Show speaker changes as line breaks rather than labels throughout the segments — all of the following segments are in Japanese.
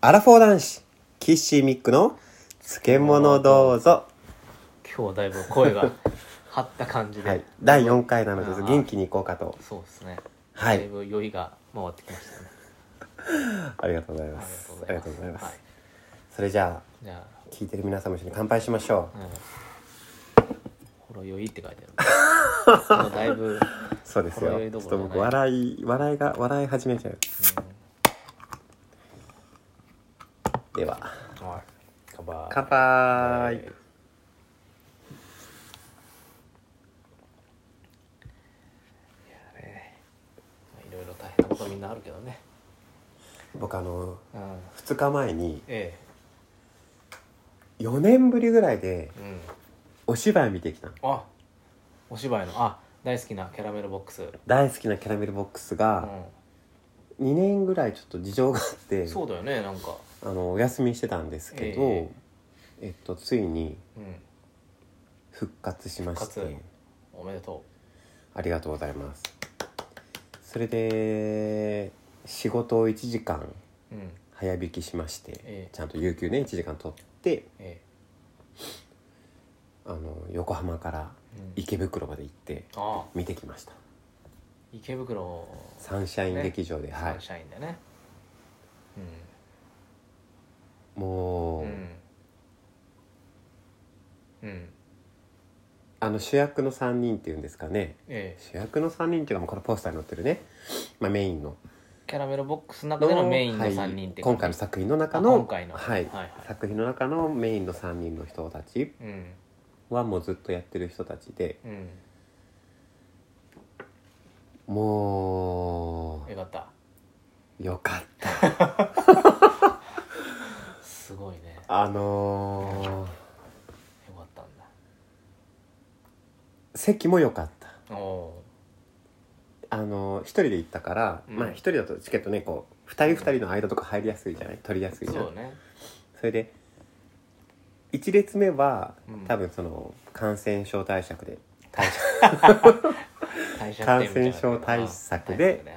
アラフォー男子キッシーミックの漬物どうぞ、
今日はだいぶ声 が張った感じで、
はい、第4回なの
あ
で
ー
元気にいこうかと
そうですね、
はい
だいぶ酔いが回ってきましたね
ありがとうござい
あ
ますありがとうございます、
はい、
それじゃあ
じゃ
聞いてる皆さんも一緒に乾杯しましょ
あ、うん、ほろ酔いって書いてあるもうだいぶ、
うそうですよ
これ
ちょ
ど
っ
ころじ
と
ゃない
僕笑い笑いが笑い始めちゃうでは
うん、はい乾杯
乾杯
まあいろいろ大変なことみんなあるけどね
僕あの
うん
2日前に
え
4年ぶりぐらいで
えうん
お芝居見てきたの
あお芝居のあ大好きなキャラメルボックス、う
大好きなキャラメルボックスが
ん、
2年ぐらいちょっと事情があって
そうだよねなんか
あのお休みしてたんですけど、
え
えっと、ついに
うん
復活しまして
復活おめでと
ありがとうございますそれで仕事を1時間
ううん
早引きしまして、
ええ
ちゃんと有給ね1時間取って
え
あの横浜から
え、うん、
池袋まで行って
ああ
見てきました
池袋
サンシャイン
ね
劇場で、は
サ
い
ンシャインだねう
も
ん
う、
うんうん
あの主役の3人っていうんですかね
ええ
主役の3人っていうかもうこのポスターに載ってるね、まあ、メインの
キャラメルボックスの中でのメインの
はい
3人って
今回の作品の中
あ
の
今回の
はい
はいはい
作品の中のメインの3人の人たち
うん
はもうずっとやってる人たちで
うん
も
よかった
うよかっ
すごいねよ
たあの
かったんだ
ー、席もよかった
お
あのー、一人で行ったから、
うん
まあ一人だとチケットねこう二人二人の間とか入りやすいじゃない取りやすい
お
じゃん
そ
そう
ね
れで1列目は、
うん
多分その感染症対策で
代謝
感染症対策で
ね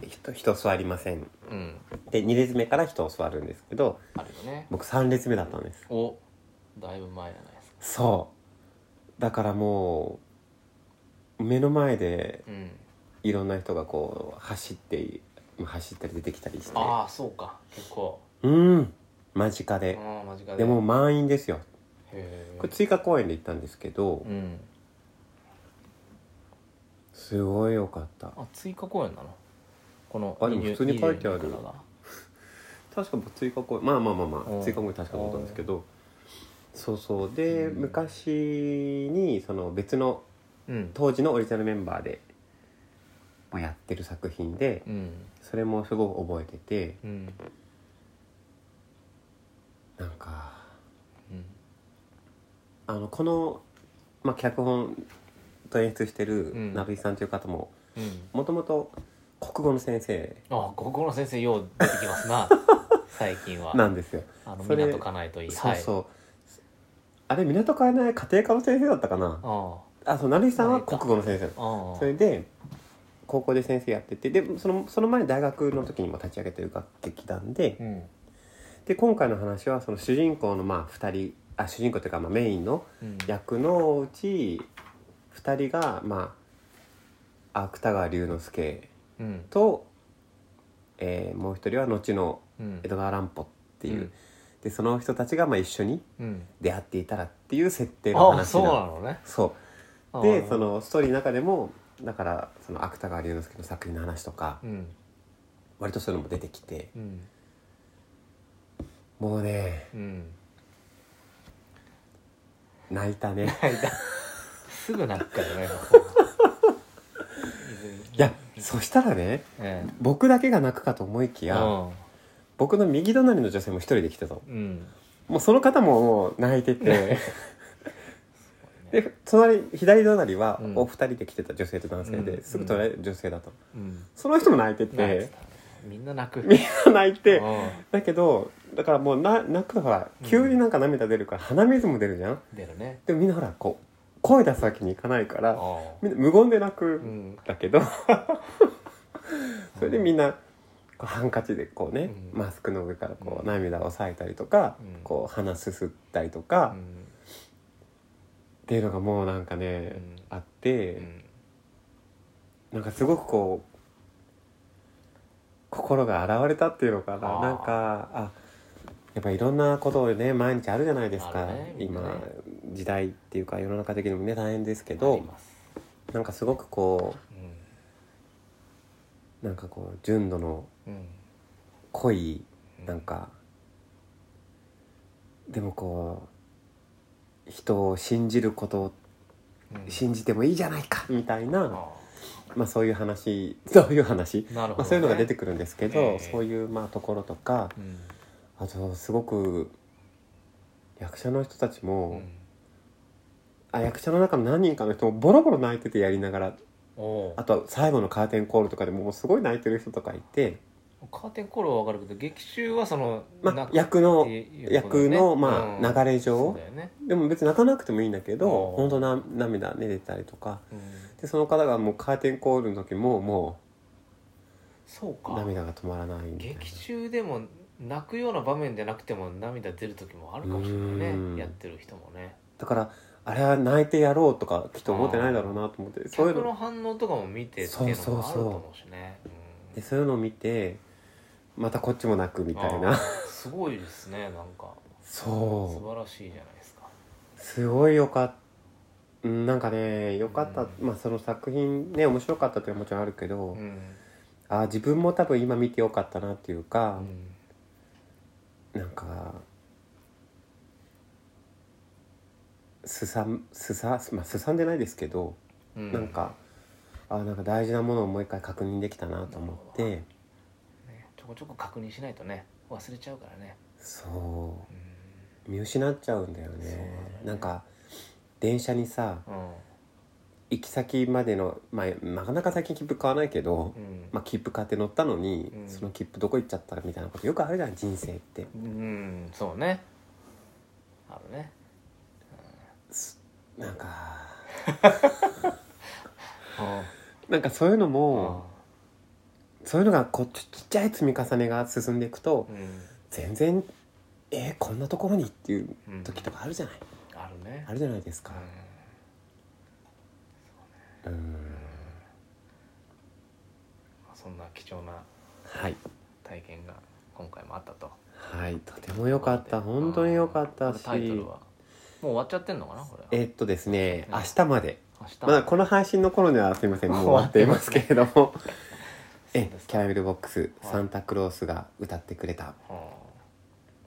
はい
人人座りません
うん
で2列目から人を座るんですけど
あるよね
僕3列目だったんです
おだいぶ前じゃないですか
そうだからもう目の前で
うん
いろんな人がこう走って走ったり出てきたりして
ああそうか結構
うん間近
あ
で
あ間近で
でも満員ですよ
へえ
これ追加公演で行ったんですけど
うん
すごい良かった
あ追加公演なのこの
あでも
20
普通に書いてある
20からだ
確か僕追加公演まあまあまあま
う
あ
ん
追加公演確かだったんですけどそうそうで
うん
昔にその別の
うん
当時のオリジナルメンバーでもやってる作品で
うん
それもすごく覚えてて
うん
なんか
うん
あのこの、まあ、脚本と演出してる
うん
鍋井さんという方も
うん
もともと国語の先生
あここの先生よう出てきま すな最近は
なんですよ、
あの
それ
港かないといい
そうそう、
はい
あれ港かえない家庭科の先生だったかな
あ
あそう鍋井さんは国語の先生
あああ
それで高校で先生やっててでそのその前に大学の時にも立ち上げてる楽劇団で
うん
で今回の話はその主人公のまあ2人あ主人公というかまあメインの
うん
役のうち2人がまあ芥川龍之介
うん
と、えーもう一人は後の
うん
江戸川乱歩っていう、
うん
でその人たちがまあ一緒に
うん
出会っていたらっていう設定の
ああ
話
そう
な
な
の
のね
そう
あ
で
あ
そのストーリーの中でもだからその芥川龍之介の作品の話とか
うん
割とそういうのも出てきて
うん
もうね
うん
泣いたね
すぐなっからね
いやそしたらね
ええ
僕だけが泣くかと思いき
い
や、僕の右隣の女性も一人で来てたの
うん
もうその方ももう泣いてて
ね
で隣左隣は
うん
お二人で来てた女性と男性で、
うん
すぐ隣女性だと
うん
その人も泣いて
なんつ
て
ったのみんな泣く
みんな泣いて
う
だけどだからもうな泣くとほら急になんか涙出るから鼻水も出るじゃん
ん出るね
でもみんなほらこう声出すわけにいかないからみんな無言で泣く
うん
んだけどそれでみんなこうハンカチでこうね、
うん
マスクの上からこう
う
ん涙を抑えたりとか、
うん
こう鼻すすったりとか、っ
うん
ていうのがもうなんかね、
うん
あっ
う
て、
ん
なんかすごくこう心が洗われたっていうのかな
あー
なんかあやっぱいろんなことをね毎日あるじゃないですか、
あるねみんなね
今時代っていうか世の中的にもね大変ですけ
あ
ど
ります
なんかすごくこ
う
うなんかこう純度の
んうん
濃い
うん
なんかでもこう人を信じること
うん
信じてもいいじゃないかみたいな、
あ
まあ、そういう話そういう話、
ーなるほどね
まあ、そういうのが出てくるんですけど、
ええ
そういうまあところとか
うん
あとすごく役者の人たち
う
も、
ん
あ役者の中の何人かの人もボロボロ泣いててやりながら
おー
あとは最後のカーテンコールとかでもうすごい泣いてる人とかいて、
カーテンコールはわかるけど劇中はその
ま
な
あ
く、
役の
っていうことだ
役
よね
のま
うん
あ流れ上、
そうだよね
でも別に泣かなくてもいいんだけど
おう
本当な涙ね出たりとか
うん
でその方がもうカーテンコールの時もも
そう
う
か
涙が止まらないみたいな
劇中でも泣くような場面でなくても涙出る時もあるかもしれないうね
ん
やってる人もね
だからあれは泣いてやろうとかきっと思ってないだろうなと思ってそういう
客の
の
反応とかも見てっていうのもあると思うしね
でそういうのを見てまたこっちも泣くみ
み
たいな
すごいですねなんか素
そ
晴らしいじゃないですか
うすごいよかったうんなんかねよかった、
うん
まあその作品ね面白かったというのはもちろんあるけど、
うん
あ自分も多分今見てよかったなっていう
う
か、
ん
なんかすさんすさ,、まあ、すさんでないですけど、
う
なんかあなんか大事なものをもう一回確認できたなと思って、
なるねちょこちょこ確認しないとね忘れちゃうからね
そ
うん
う見失っちゃうんだよね
そうだね
なんか電車にさ
うん
行き先までの、まあ、なかなか最近切符買わないけど、
うん
まあ、切符買って乗ったのに、
うん
その切符どこ行っちゃったみたいなことよくあるじゃん人生って
うんそうねあるね
すなんか
うん
なんかそういうのも、
うん
そういうのがこうちょちっちゃい積み重ねが進んでいくと全然えーこんなところにっていう
うん
時とかあるじゃない、
あるね
あるじゃないですか、
う
うん
んそんな貴重な
はい
体験が今回もあったと
はいとても良かった本当に良かった
うん
し
タイトルはもう終わっちゃってんのかなこれは
えっとですね
うん
明日まで
明日
まだこの配信の頃にはすい ませんもう終わっていますけれども
そ
え
うですか
キャラメルボックス
はい
サンタクロースが歌ってくれた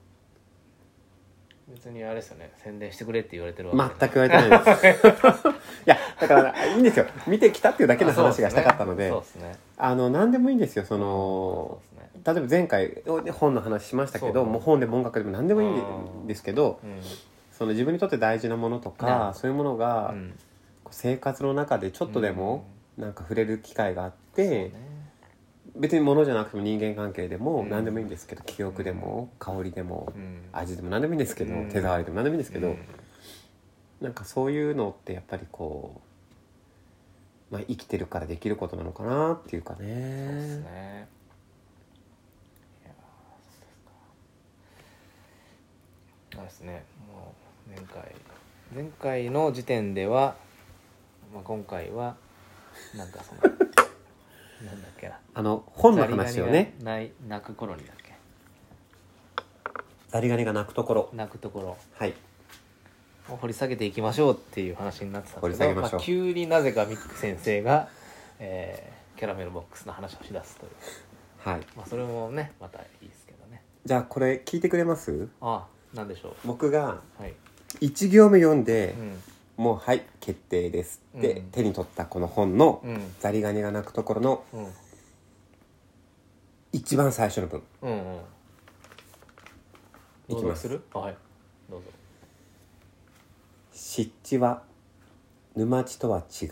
うん別にあれですよね宣伝してくれって言われてる
全
わ
く
け
言われてないです いやだからいいんですよ見てきたっていうだけの話がしたかったので
そうですね
あの何でもいいんですよそ
そ
の
うですね
例えば前回本の話しましたけ
そ
ど
う
もう本でも音楽でも何でもいい
うんん
ですけど
うん
その自分にとって大事なものとか
ね
そういうものが
うん
こう生活の中でちょっとでもなんか触れる機会があっ
そう
て
ね
別に物じゃなくても人間関係でも
うん
何でもいいんですけど記憶でも香りでも
うん
味でも何でもいいんですけど
うん
手触りでも何でもいいんですけ
う
ど
ん
なんかそういうのってやっぱりこう、まあ、生きてるからできることなのかなっていうか
そうです
ね。
ねいやーそうですかあれですねもう前回前回の時点では、まあ、今回はなんか そのなんだっけな
あの本の話をね
ザリガニがない泣く頃にだっけ
ザリガニが鳴くところ
泣くところ
はい
を掘り下げていきましょうっていう話になってたんです
掘り下
け
げ
ど、
ましょう
あ、急になぜかミック先生が、えーキャラメルボックスの話をしだすという、
はい
まあ、それもねまたいいですけどね
じゃあこれ聞いてくれます
ああなんでしょ
僕が
うはい、
1行目読んで
う、ん
もうはい決定ですって、
うん
手に取ったこの本の、
うん
ザリガニが鳴くところの
うん
一番最初の文
うんうん
いきます
朗読るはいどうぞ
湿地は沼地とは違う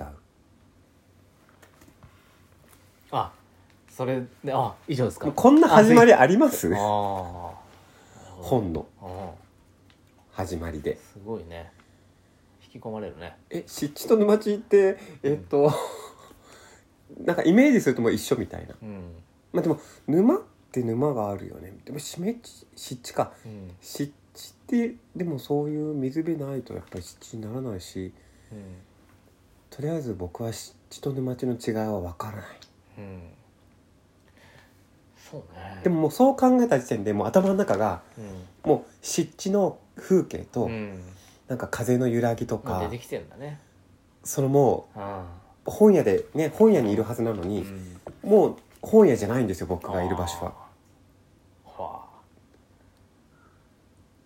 あそれであ以上ですか
こんな始まりあります
ああ
本の
あ
始まりで
すごいね引き込まれるね
え湿地と 沼地ってえっと、なんかイメージするともう一緒みたいな
うん
まあでも沼って沼があるよねでも湿地湿地か
うん
湿地ってでもそういう水辺ないとやっぱり湿地にならないし
うん
とりあえず僕は湿地と沼地の違いは分からない
うんそうね
でももうそう考えた時点でもう頭の中が
うん
もう湿地の風景と
うん
なんか風の揺らぎと
まあ出
か
てきてるんだね
そのも
あ
う本屋でね本屋にいるはずなの
あう
に
ん
もう本屋じゃないんですよ僕がいる場所は
あーはあ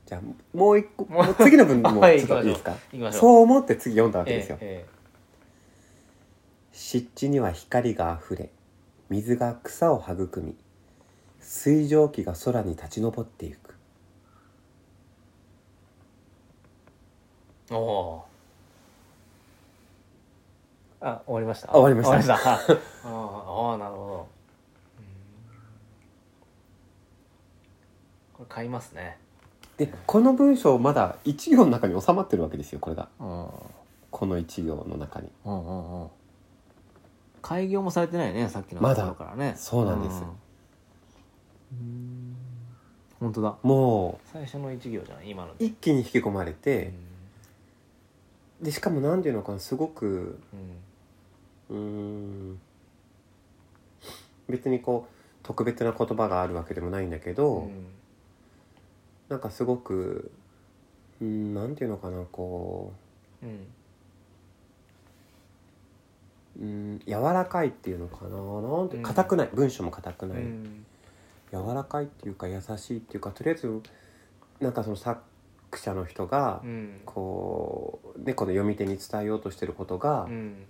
じゃあもう一個
もう
もう次の文も
はい
ちょっといいですか
行きましょう
そう思って次読んだわけですよ
え
湿地には光があふれ水が草を育み水蒸気が空に立ち上っていく
えおおーあ終わりました
あ終わりました
終わ りましたあーあーなるほどうんこれ買いますね
でこの文章まだ一行の中に収まってるわけですよこれが
うん
この一行の中に
うんうんうん開業もされてないよねさっきの
まだ
ところからね
そうなんです
うんうん本当だ
も
最初の一行じゃない今の
う
で
一気に引き込まれ
う
て
ん
でしかも何ていうのかなすごくう
うん
ーん別にこう特別な言葉があるわけでもないんだけど、
うん
なんかすごくうんなんていうのかなこ
うん
ううん柔らかいっていうのかななんて
うん
硬くない、文章も硬く
う
ない、
ん
柔らかいっていうか優しいっていうかとりあえずなんかその作者の人が
うん
こう、ね、この読み手に伝えようとしてることが、
うん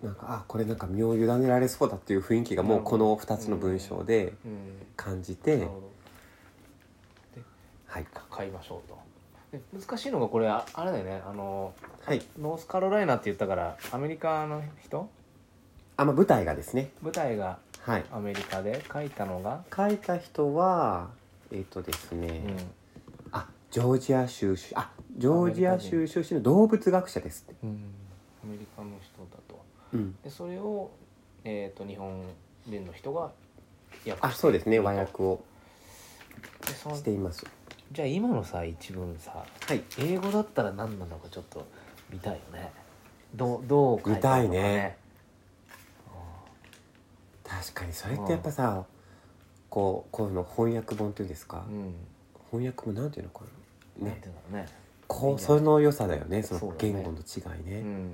なんかあこれなんか身を委ねられそうだっていう雰囲気がもうこの2つの文章で
うん
感じて、
なるほど
はい
買いましょうとで難しいのがこれああれだよねあの
はい
ノースカロライナって言ったからアメリカの人
あまあ舞台がですね
舞台が
はい
アメリカで書いたのが、
書いた人はえっ、とですね、
うん、
あジョージア州出あジョージア州出身の動物学者ですって、
アメリカの人だと
うん、
でそれを、えー、と日本人の人が訳
あそうですね和
訳
訳を
でその
しています
じゃあ今のさ一文さ
はい
英語だったら何なのかちょっと見たいよねどうどう書いてあるのか
見たいね確かにそれってやっぱさこうこういうの翻訳本っていうんですか
う、ん、
翻訳もなんていうのかな
なん
ね
ていうんだろうね
こうその良さだよねそ
そう
の
だね
言語の違いね
うん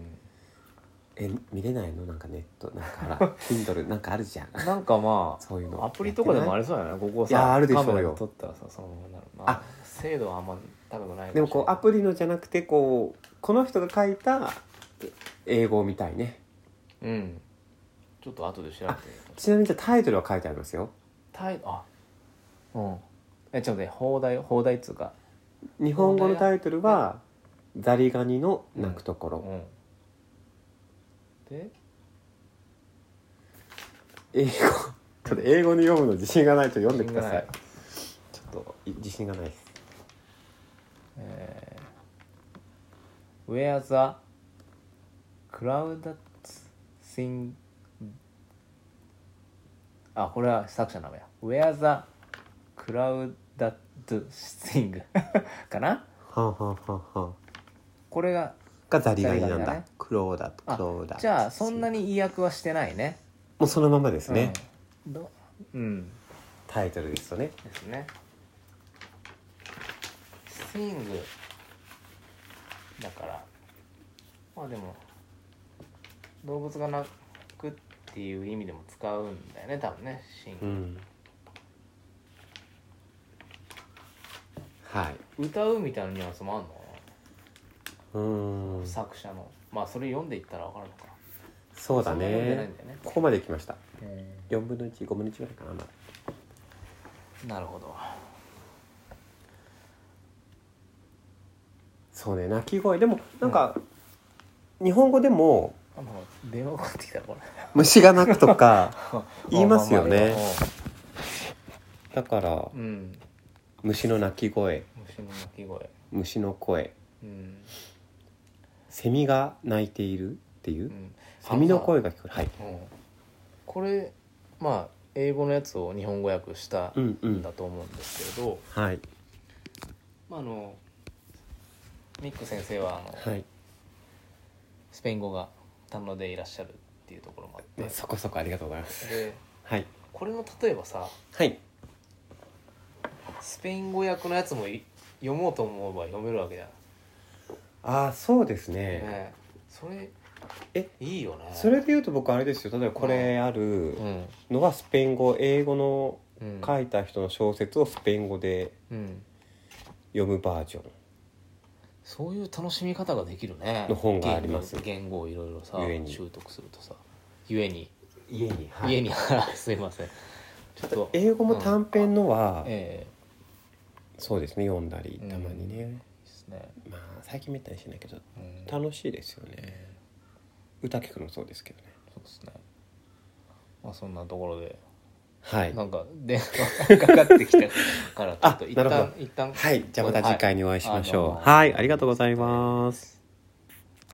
え見れないのなんかネットなんか ほら Kindle なんかあるじゃん
なんかまあ
そういう の
アプリとかでもあ
る
りそうやなここさ
いやあるでしょうよ
カメラ撮ったらさそのなんだろうな
あ
精度はあんま高くない
でもこうア
リ
プリのじゃなくてこうこの人が書いた英語みたいね
うんちょっと後で調べてみよう
ちなみにじゃあタイトルは書いてありますよ
タイあうんえちょっとね放題放題っつうか
日本語のタイトルは「ザリガニの鳴くところ」
うんで
英語ちょっと英語に読むの自信がないと読んでください
自信が
ちょ
ない
っとい自信がないです
えー、Where the clouds sing あこれは作者の名前や Where the clouds sing かな
はあはあはあはあ
これが
がザリガニなん
ザリガニ
だ
だね
クローダク
あ
ローダ
じゃあそんなに意訳はしてないね
もうそのままですね、
うんどうん
タイトルですよね
ですね sing だからまあでも動物が鳴くっていう意味でも使うんだよね多分ねシ
う
ン、
んはい
歌うみたいなニュアンスもあるのか
うー
な、
ん
作者のまあそれ読んでいったら分かるのか
そうだ
んな読んでない
ね
んだよね
ここまで来ました
うん
4分の15分の1ぐらいかなまだ
なるほど
そうね鳴き声でもなんか、日本語でも
あもう電話かかってきたこれ
虫が鳴くとか言いますよね
ああ あ
だから
うん
虫の鳴き声
虫の鳴き声
虫の声
うん、
セミが鳴いているっていうう、
ん、
セミの声が聞こえるはい
うんこれまあ英語のやつを日本語訳した
うんうんん
だと思うんですけれど、
はい
まあ、あのミック先生はあの
はい、
スペイン語が堪能でいらっしゃるっていうところもあ
まあ、
っ
そこそこありがとうございます
てで
はい
これの例えばさ
はい
スペイン語訳のやつもい読もうと思えば読めるわけじゃん、
ああそうです
ね
ね
えそれ
え
いいよね
それで言うと僕あれですよ例えばこれある
うん
のはスペイン語英語の
うん
書いた人の小説をスペイン語で
うん
読むバージョン
そういう楽しみ方ができるね
の本があります
言語言語をいろいろさ
ゆえに
習得するとさゆえに、
家に、
ゆえにすいませんちょっとえ
英語も短編のは、
え
そうですね読んだり
うん
たまにね、
ですね、
まあ最近めったにしないけど
うん
楽しいですよね
え
歌聴くのもそうですけどね
えそうですねまあそんなところで
はい
なんか電話がかかってきたからちょっと
あ
一
なるほ
旦
ど
一旦
はいじゃあまた次回にお会いしましょう
はい
はい、ありがとうございます